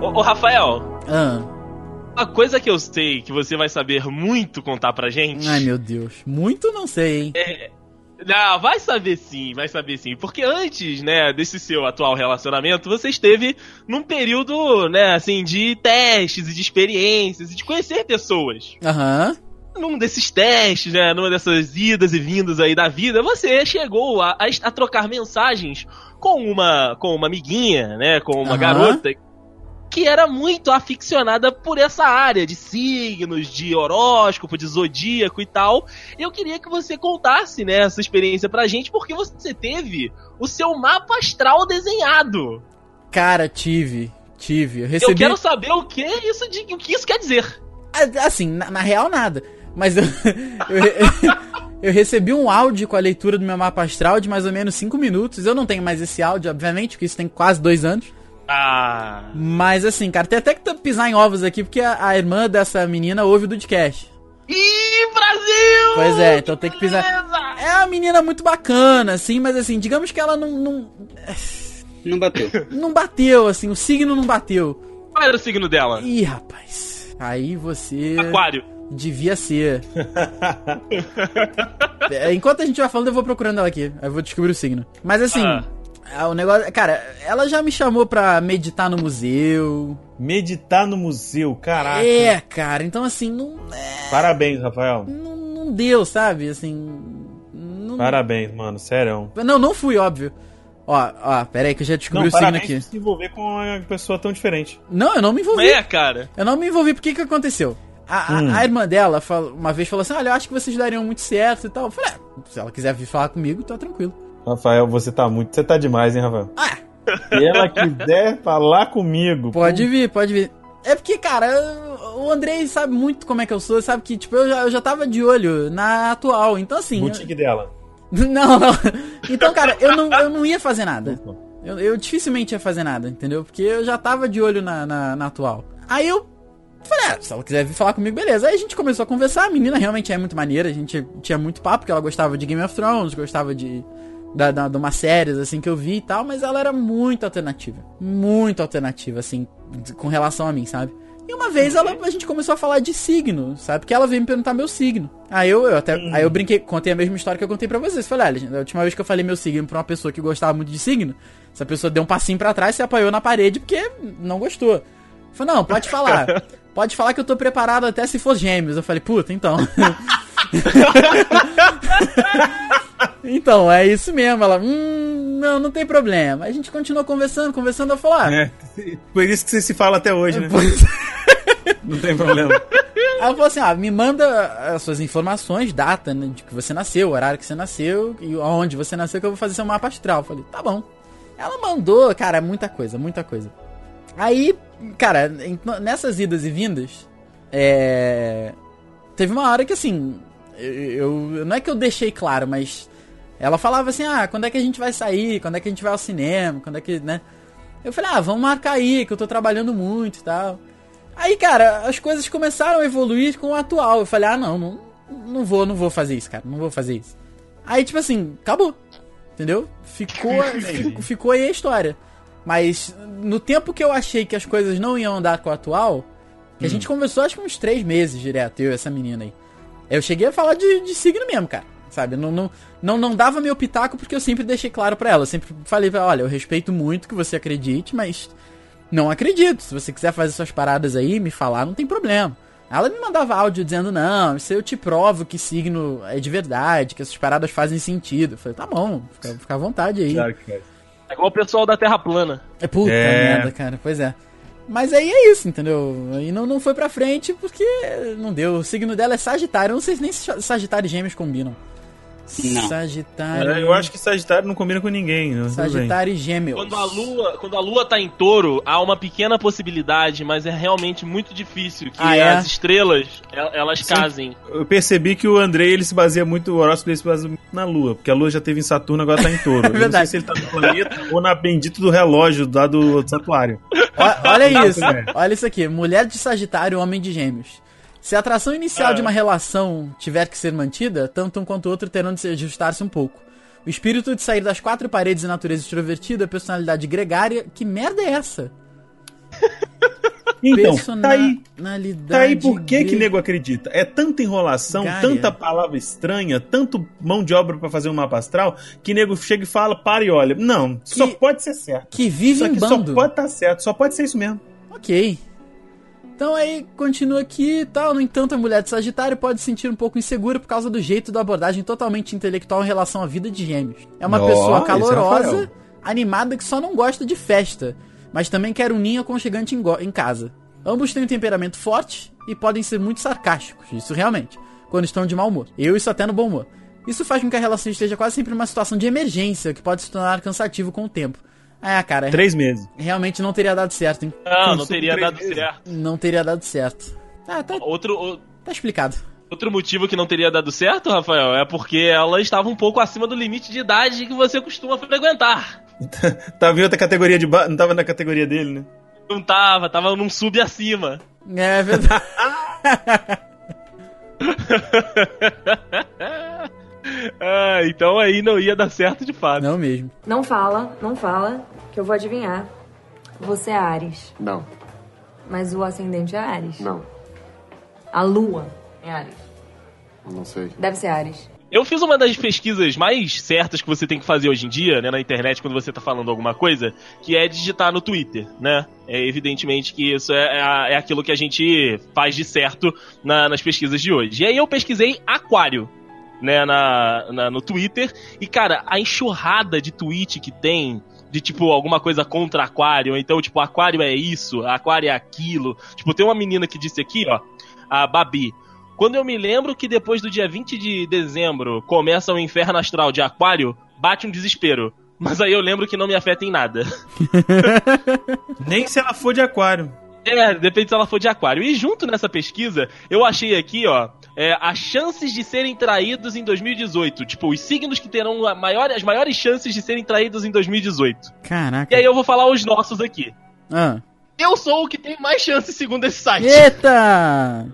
Ô, ô, Rafael,
Ah,
uma coisa que eu sei que você vai saber muito contar pra
<laughs>
gente.
ai, meu Deus. Muito não sei, hein?
Não, Ah, vai saber sim, vai saber sim. Porque antes, né, desse seu atual relacionamento, você esteve num período, né, assim, de testes e de experiências e de conhecer pessoas.
Aham.
Num desses testes, né, numa dessas idas e vindas aí da vida, você chegou a, a, a trocar mensagens com uma, com uma amiguinha, né, com uma
Aham.
garota que era muito aficionada por essa área de signos, de horóscopo, de zodíaco e tal. Eu queria que você contasse, né, essa experiência pra gente, porque você teve o seu mapa astral desenhado.
Cara, tive. Tive. Eu recebi.
Eu quero saber o que isso, de, o que isso quer dizer.
Ah, Assim, na, na real, nada. Mas eu. <laughs> eu, re- <laughs> eu recebi um áudio com a leitura do meu mapa astral de mais ou menos 5 minutos. Eu não tenho mais esse áudio, obviamente, porque isso tem quase dois anos.
Ah.
Mas assim, cara, tem até que pisar em ovos aqui, porque a, a irmã dessa menina ouve o Dudcast.
Ih, Brasil!
Pois é, então tem que pisar-
beleza!
É uma menina muito bacana, assim, mas assim, digamos que ela não. Não,
Não bateu.
não bateu, assim, o signo não bateu.
Qual era o signo dela?
Ih, rapaz. Aí você.
Aquário.
Devia
<laughs>
ser. É, Enquanto a gente vai falando, eu vou procurando ela aqui. Eu vou descobrir o signo. Mas assim,
Ah.
ah, o negócio. Cara, ela já me chamou pra meditar no museu.
Meditar no museu, caraca.
É, cara, então assim, não,
Parabéns, Rafael.
não, não deu, sabe? Assim. Não,
Parabéns, mano. Sério.
não, não fui, óbvio. Ó, ó, pera aí que eu já descobri
Não,
o signo
parabéns
aqui.
por se envolver com uma pessoa tão diferente.
Não, eu não me
Não
envolvi.
é, cara?
Eu não me envolvi porque que aconteceu? A, a-
Hum.
a irmã dela fal- uma vez falou assim: Olha, eu acho que vocês dariam muito certo e tal. Eu falei: ah, Se ela quiser vir falar comigo, tá tranquilo.
Rafael, você tá muito. Você tá demais, hein, Rafael?
Ah,
Se ela quiser falar comigo.
Pode vir, pode vir. É porque, cara, eu- o Andrei sabe muito como é que eu sou, sabe que, tipo, eu já, eu já tava de olho na atual, então assim.
O
eu-
boutique dela.
<laughs> Não, não. Então, cara, eu não, eu não ia fazer nada. Eu, eu dificilmente ia fazer nada, entendeu? Porque eu já tava de olho na, na, na atual. Aí eu falei, ah, se ela quiser vir falar comigo, beleza. Aí a gente começou a conversar, a menina realmente é muito maneira, a gente tinha muito papo, porque ela gostava de Game of Thrones, gostava de. Da, da, de umas séries, assim, que eu vi e tal, mas ela era muito alternativa. Muito alternativa, assim, de- com relação a mim, sabe? E uma vez ela, a gente começou a falar de signo, sabe? Porque ela veio me perguntar meu signo. Aí eu, eu até. Aí eu brinquei, contei a mesma história que eu contei pra vocês. Falei, olha, gente, a última vez que eu falei meu signo pra uma pessoa que gostava muito de signo, essa pessoa deu um passinho pra trás, se apoiou na parede porque não gostou. Falei, não, pode falar. Pode falar que eu tô preparado até se for gêmeos. Eu falei, puta, então. <laughs> então, é isso mesmo. Ela, hum, não, não tem problema. Aí A gente continuou conversando, conversando, eu falei, ah,
É, <laughs> Por isso que você se fala até hoje, né? Não tem problema.
Aí ela falou assim: ah, me manda as suas informações, data né, de que você nasceu, horário que você nasceu e onde você nasceu, que eu vou fazer seu mapa astral. Eu falei, tá bom. Ela mandou, cara, é muita coisa, muita coisa. Aí, cara, em- nessas idas e vindas, é. Teve uma hora que assim. Eu, eu- não é que eu deixei claro, mas. Ela falava assim: ah, quando é que a gente vai sair? Quando é que a gente vai ao cinema? Quando é que, né? Eu falei: ah, vamos marcar aí, que eu tô trabalhando muito e tal. Aí, cara, as coisas começaram a evoluir com o atual. Eu falei: ah, não, não, não vou, não vou fazer isso, cara, não vou fazer isso. Aí, tipo assim, acabou. Entendeu? Ficou, fico- ficou aí a história. Mas no tempo que eu achei que as coisas não iam andar com o atual, que a gente conversou acho que uns três meses direto, eu e essa menina aí. Eu cheguei a falar de, de signo mesmo, cara. Sabe? Não, não, não, não dava meu pitaco porque eu sempre deixei claro pra ela. Eu sempre falei pra ela, olha, eu respeito muito que você acredite, mas não acredito. Se você quiser fazer suas paradas aí, me falar, não tem problema. Ela me mandava áudio dizendo, não, isso eu te provo que signo é de verdade, que essas paradas fazem sentido. Eu falei, tá bom, fica, fica à vontade aí.
Claro que faz.
É igual o pessoal da Terra Plana.
É puta
É.
merda, cara, pois é. Mas aí é isso, entendeu? E não, não foi pra frente porque não deu. O signo dela é Sagitário. Eu não sei se nem sa- Sagitário e Gêmeos combinam.
Não.
Sagitário.
É, Eu acho que Sagitário não combina com ninguém. né? Tudo bem.
Sagitário e Gêmeos.
Quando a lua, quando a lua tá em touro, há uma pequena possibilidade, mas é realmente muito difícil que
Ah, é?
as estrelas el- elas
Sim.
casem.
Eu percebi que o Andrei ele se baseia muito, o Horóscopo ele se baseia muito na Lua, porque a Lua já teve em Saturno, agora
<laughs>
tá em touro. Eu
É verdade.
não sei se ele tá no planeta ou na bendita do relógio lá do santuário.
Ó-
tá
Olha isso,
né?
olha isso aqui. Mulher de Sagitário, homem de Gêmeos. Se a atração
É.
inicial de uma relação tiver que ser mantida, tanto um quanto o outro terão de se ajustar-se um pouco. O espírito de sair das quatro paredes e natureza extrovertida, personalidade gregária. Que merda é essa?
Então, tá aí.
Personalidade.
Tá aí por que que
gre-
nego acredita? É tanta enrolação,
Gária.
tanta palavra estranha, tanto mão de obra pra fazer um mapa astral, que nego chega e fala, para e olha. Não, só
Que-
pode ser certo.
Que vive
Isso
em
aqui só
bando.
pode estar certo, só pode ser isso mesmo.
Ok. Então aí continua aqui e tal. No entanto, a mulher de Sagitário pode se sentir um pouco insegura por causa do jeito da abordagem totalmente intelectual em relação à vida de gêmeos. É uma
Nó,
pessoa
esse
calorosa,
Rafael.
animada que só não gosta de festa, mas também quer um ninho aconchegante em, go- em casa. Ambos têm um temperamento forte e podem ser muito sarcásticos, isso realmente, quando estão de mau humor. Eu isso até no bom humor. Isso faz com que a relação esteja quase sempre numa situação de emergência, que pode se tornar cansativo com o tempo. Ah, cara,
Três meses.
realmente não teria dado certo, hein?
Ah, Não, não
Consumo
teria
três
dado
vezes.
certo.
Não teria dado certo. Ah, tá,
Outro, o-
tá explicado.
outro motivo que não teria dado certo, Rafael, é porque ela estava um pouco acima do limite de idade que você costuma frequentar.
Tava em outra categoria de ba... não tava na categoria dele, né?
Não tava, tava num sub acima.
É verdade. <laughs>
Ah, então aí não ia dar certo de fato.
Não mesmo.
Não fala, não fala, que eu vou adivinhar. Você é Ares,
Não,
mas o ascendente é Ares.
não,
A lua é Ares.
não sei.
Deve ser Ares.
Eu fiz uma das pesquisas mais certas que você tem que fazer hoje em dia, né, na internet, quando você tá falando alguma coisa, que é digitar no Twitter, né? É evidentemente que isso é, é a- é aquilo que a gente faz de certo na- nas pesquisas de hoje. E aí eu pesquisei aquário, né, na, na- no Twitter, e cara, a enxurrada de tweet que tem. De tipo, alguma coisa contra aquário, ou então, tipo, aquário é isso, aquário é aquilo. Tipo, tem uma menina que disse aqui, ó, a Babi. Quando eu me lembro que depois do dia 20 de dezembro começa o inferno astral de Aquário, bate um desespero. Mas aí eu lembro que não me afeta em nada. <laughs>
Nem se ela for de aquário.
É, depende se ela for de Aquário. E junto nessa pesquisa, eu achei aqui, ó, é, as chances de serem traídos em 2018. Tipo, os signos que terão a maior- as maiores chances de serem traídos em 2018.
Caraca.
E aí eu vou falar os nossos aqui.
Ah.
Eu sou o que tem mais chances segundo esse site.
Eita!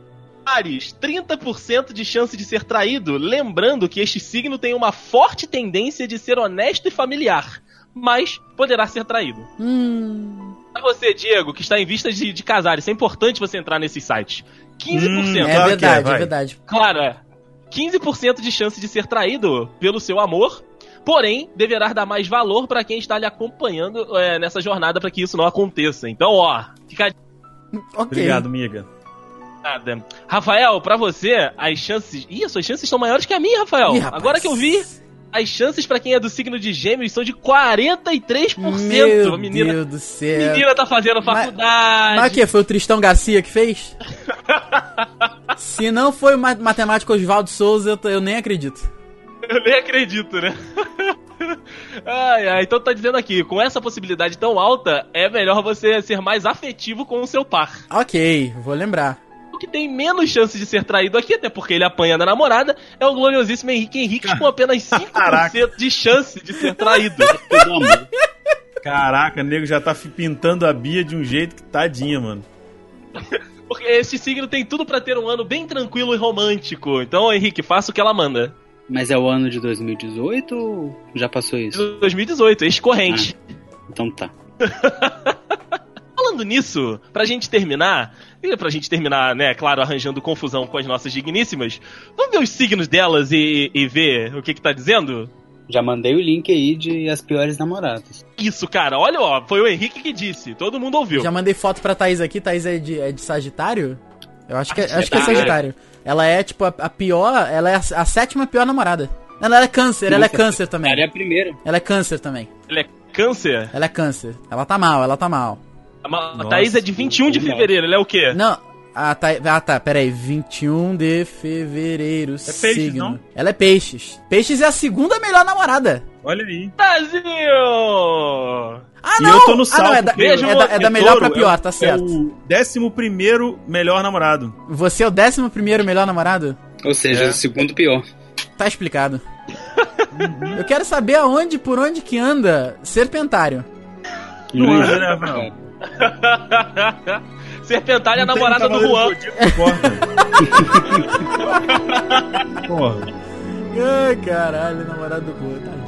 Ares, 30% de chance de ser traído, lembrando que este signo tem uma forte tendência de ser honesto e familiar, mas poderá ser traído.
Hum.
Pra você, Diego, que está em vista de, de casar, isso é importante você entrar nesses sites. 15%,
Hum,
É
claro que é,
verdade, é,
vai.
verdade.
claro, é. 15% de chance de ser traído pelo seu amor, porém, deverá dar mais valor para quem está lhe acompanhando é, nessa jornada para que isso não aconteça. Então, ó, fica
Ok.
Obrigado, miga.
Nada. Rafael, pra você, as chances. Ih, as suas chances são maiores que a minha, Rafael.
Ih, rapaz.
Agora que eu vi, as chances pra quem é do signo de Gêmeos são de 43%.
Meu
a menina,
Deus do
a
céu.
menina tá fazendo
Mas-
faculdade.
Mas o que? Foi o Tristão Garcia que fez? Se não foi o ma- matemático Oswaldo Souza, eu, tô- eu nem acredito.
Eu nem acredito, né? <laughs> ai, ai, então tá dizendo aqui, com essa possibilidade tão alta, é melhor você ser mais afetivo com o seu par.
Ok, vou lembrar.
O que que tem menos chance de ser traído aqui, até porque ele apanha da namorada, é o gloriosíssimo Henrique Henrique
<laughs>
com apenas 5% de chance de ser traído.
Pelo amor.
Caraca, o nego já tá fi- pintando a Bia de um jeito que tadinha, mano.
Porque esse signo tem tudo pra ter um ano bem tranquilo e romântico. Então, Henrique, faça o que ela manda.
Mas é o ano de 2018 ou já passou isso?
2018, ex-corrente.
Hum.
Então tá.
Falando nisso, pra gente terminar, e pra gente terminar, né, claro, arranjando confusão com as nossas digníssimas, vamos ver os signos delas e, e ver o que que tá dizendo?
Já mandei o link aí de As Piores Namoradas.
Isso, cara, olha, ó, foi o Henrique que disse, todo mundo ouviu.
Já mandei foto pra Thaís aqui. Thaís é de, é de Sagitário? Eu acho que, é- acho que é
Sagitário.
Sagitário. Ela é, tipo, a, a pior. Ela é a, a sétima pior namorada. Não, Ela é câncer, ela é
Nossa,
câncer também.
Cara, é a primeira.
Ela é câncer também.
Ele é câncer?
Ela é câncer. Ela tá mal, ela tá mal.
A Ma-
Nossa,
Thaís é de 21 de
nossa.
fevereiro, ele é o quê?
Não, ah tá, ah, tá peraí. 21 de fevereiro. É
peixes, não?
Ela é peixes. Peixes é a segunda melhor namorada.
Olha aí.
<laughs> Brasil!
Ah,
E
não!
eu tô no salvo,
ah, não, é da,
beijo,
é da, é da
Porque
melhor pra
touro
pior,
é o-
tá certo.
É o décimo primeiro melhor namorado.
Você é o décimo primeiro melhor namorado?
Ou seja,
É.
o segundo pior.
Tá explicado. Eu quero saber aonde, por onde que anda Serpentário.
Não
Hum.
anda, né, Rafael?
Serpentária é a
Não tem
namorada do
Cavaleiro
Juan.
Zodíaco, Porra.
<laughs>
Porra.
Ai, caralho, namorado do Boa, tadinho.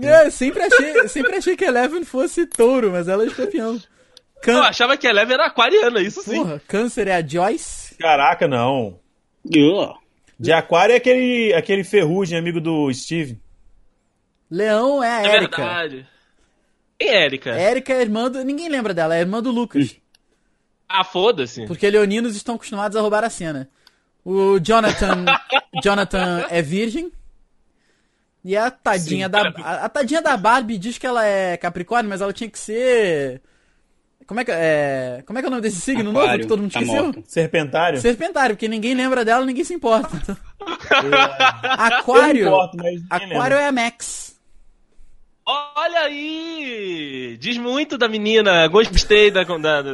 É, sempre achei, sempre achei que Eleven fosse touro, mas ela é escorpião.
Eu
Can...
achava que a Eleven era aquariana, isso sim.
Porra, câncer é a Joyce?
Caraca, não.
Ó.
De aquário é aquele, aquele ferrugem amigo do Steve.
Leão é a
é
Erika.
verdade. Quem é Erika?
Érica é irmã do. Ninguém lembra dela, é irmã do Lucas.
Ah, foda-se.
Porque leoninos estão acostumados a roubar a cena. O
<laughs>
Jonathan. Jonathan é virgem. E a tadinha da. A, a tadinha da Barbie diz que ela é Capricórnio, mas ela tinha que ser. Como é que é. Como é que é o nome desse signo novo que
Aquário,
todo mundo
tá
esqueceu?
morta.
Serpentário?
Serpentário, porque ninguém lembra dela, ninguém se
<laughs>
importa.
Eu
Aquário.
me importo, mas ninguém
Aquário
lembra.
é a Max.
Olha aí! Diz muito da menina. Gostei da. da, da- da-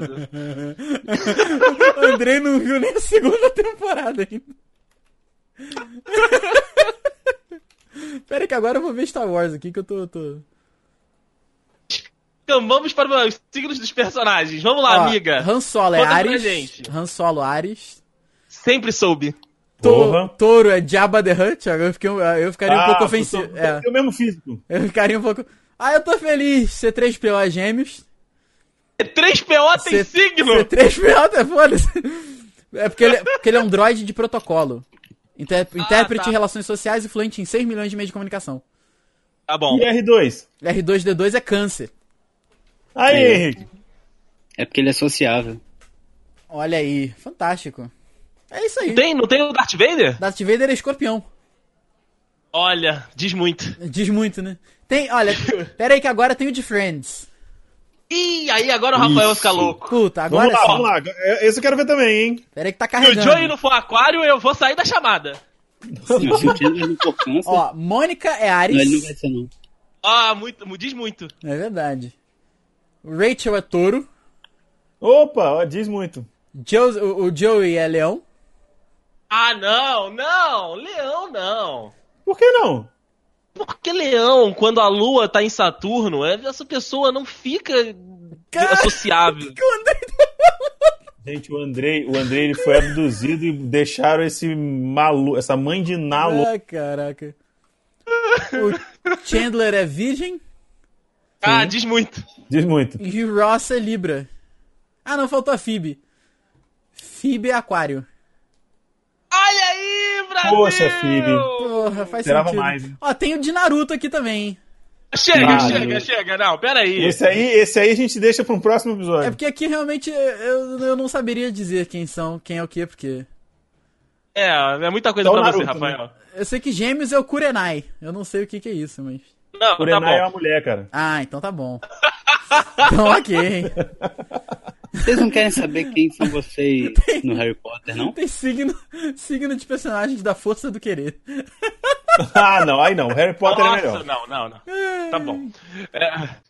O Andrei não viu nem a segunda temporada ainda. <laughs> Pera aí que agora eu vou ver Star Wars aqui que eu tô. tô...
Então, vamos para os signos dos personagens. Vamos lá,
Ó,
Ah, amiga.
Han Solo é
Conta pra
Ares.
gente.
Han Solo Ares.
Sempre soube.
To-
Porra.
Touro é Jabba the Hutt. Agora eu, fiquei um- eu ficaria um
Ah,
pouco
eu
ofensivo.
sou-
É,
Eu mesmo físico.
eu ficaria um pouco. Ah, eu tô feliz. C3PO é Gêmeos.
É 3PO tem
C-
signo!
C3PO é foda-se. É porque ele, porque ele é um droid de protocolo. Inter- intérprete
tá.
em relações sociais e fluente em 6 milhões de meios de comunicação.
Tá bom.
E R2?
R2D2 é câncer.
Aí,
É.
Henrique.
É porque ele é sociável.
Olha aí, fantástico. É isso aí.
Não tem, não tem o Darth Vader?
Darth Vader é escorpião.
Olha, diz muito.
Diz muito, né? Tem, olha, pera aí que agora tem o de Friends.
Ih, aí agora o Rafael fica louco.
Puta,
Vamos
agora
lá,
sim.
vamos lá. Eu- Esse eu quero ver também, hein?
Pera aí que tá
Se o
carregando.
Joey não for aquário, eu vou sair da chamada.
Não, se o Chandler
<laughs>
não for câncer,
Ó, Mônica é
não, ele não
Ares.
vai ser, não.
Ah, muito, diz muito.
É verdade. Rachel é touro.
Opa, ó, diz muito.
Jo- o, o Joey é leão. <laughs>
Ah, não, não, leão não.
Por que não?
Porque leão, quando a lua tá em Saturno, é- essa pessoa não fica
Cara,
associável.
que o André
Gente, o Andrei, o Andrei ele foi abduzido e deixaram esse malu, essa mãe de nalo.
Ah, caraca. O Chandler é virgem.
Ah, diz muito.
Diz muito.
E o Ross é libra. Ah, não, faltou a Phoebe. Phoebe é aquário.
Olha aí, Brasil!
Poxa, Phoebe.
Porra, faz
Esperava
sentido.
mais, hein?
Ó, tem o de Naruto aqui também, hein?
Chega,
Ah,
chega,
meu.
chega. Não, peraí.
Esse aí, esse aí a gente deixa pra um próximo
É
episódio.
porque aqui realmente eu, eu não saberia dizer quem são, quem é o que, porque.
É, é muita coisa
Só o
pra você,
Naruto, né?
Rafael.
Eu sei que gêmeos é o Kurenai. Eu não sei o que, que é isso, mas. então
Não,
Kurenai é
tá
uma mulher, cara.
Ah, então tá bom. então ok.
Vocês não querem saber quem são
<laughs>
vocês no Harry Potter, não?
Tem signo, signo de personagens da força do querer.
ah, não, aí não. Harry Potter é
Nossa,
melhor.
não, não, não. Tá bom. É,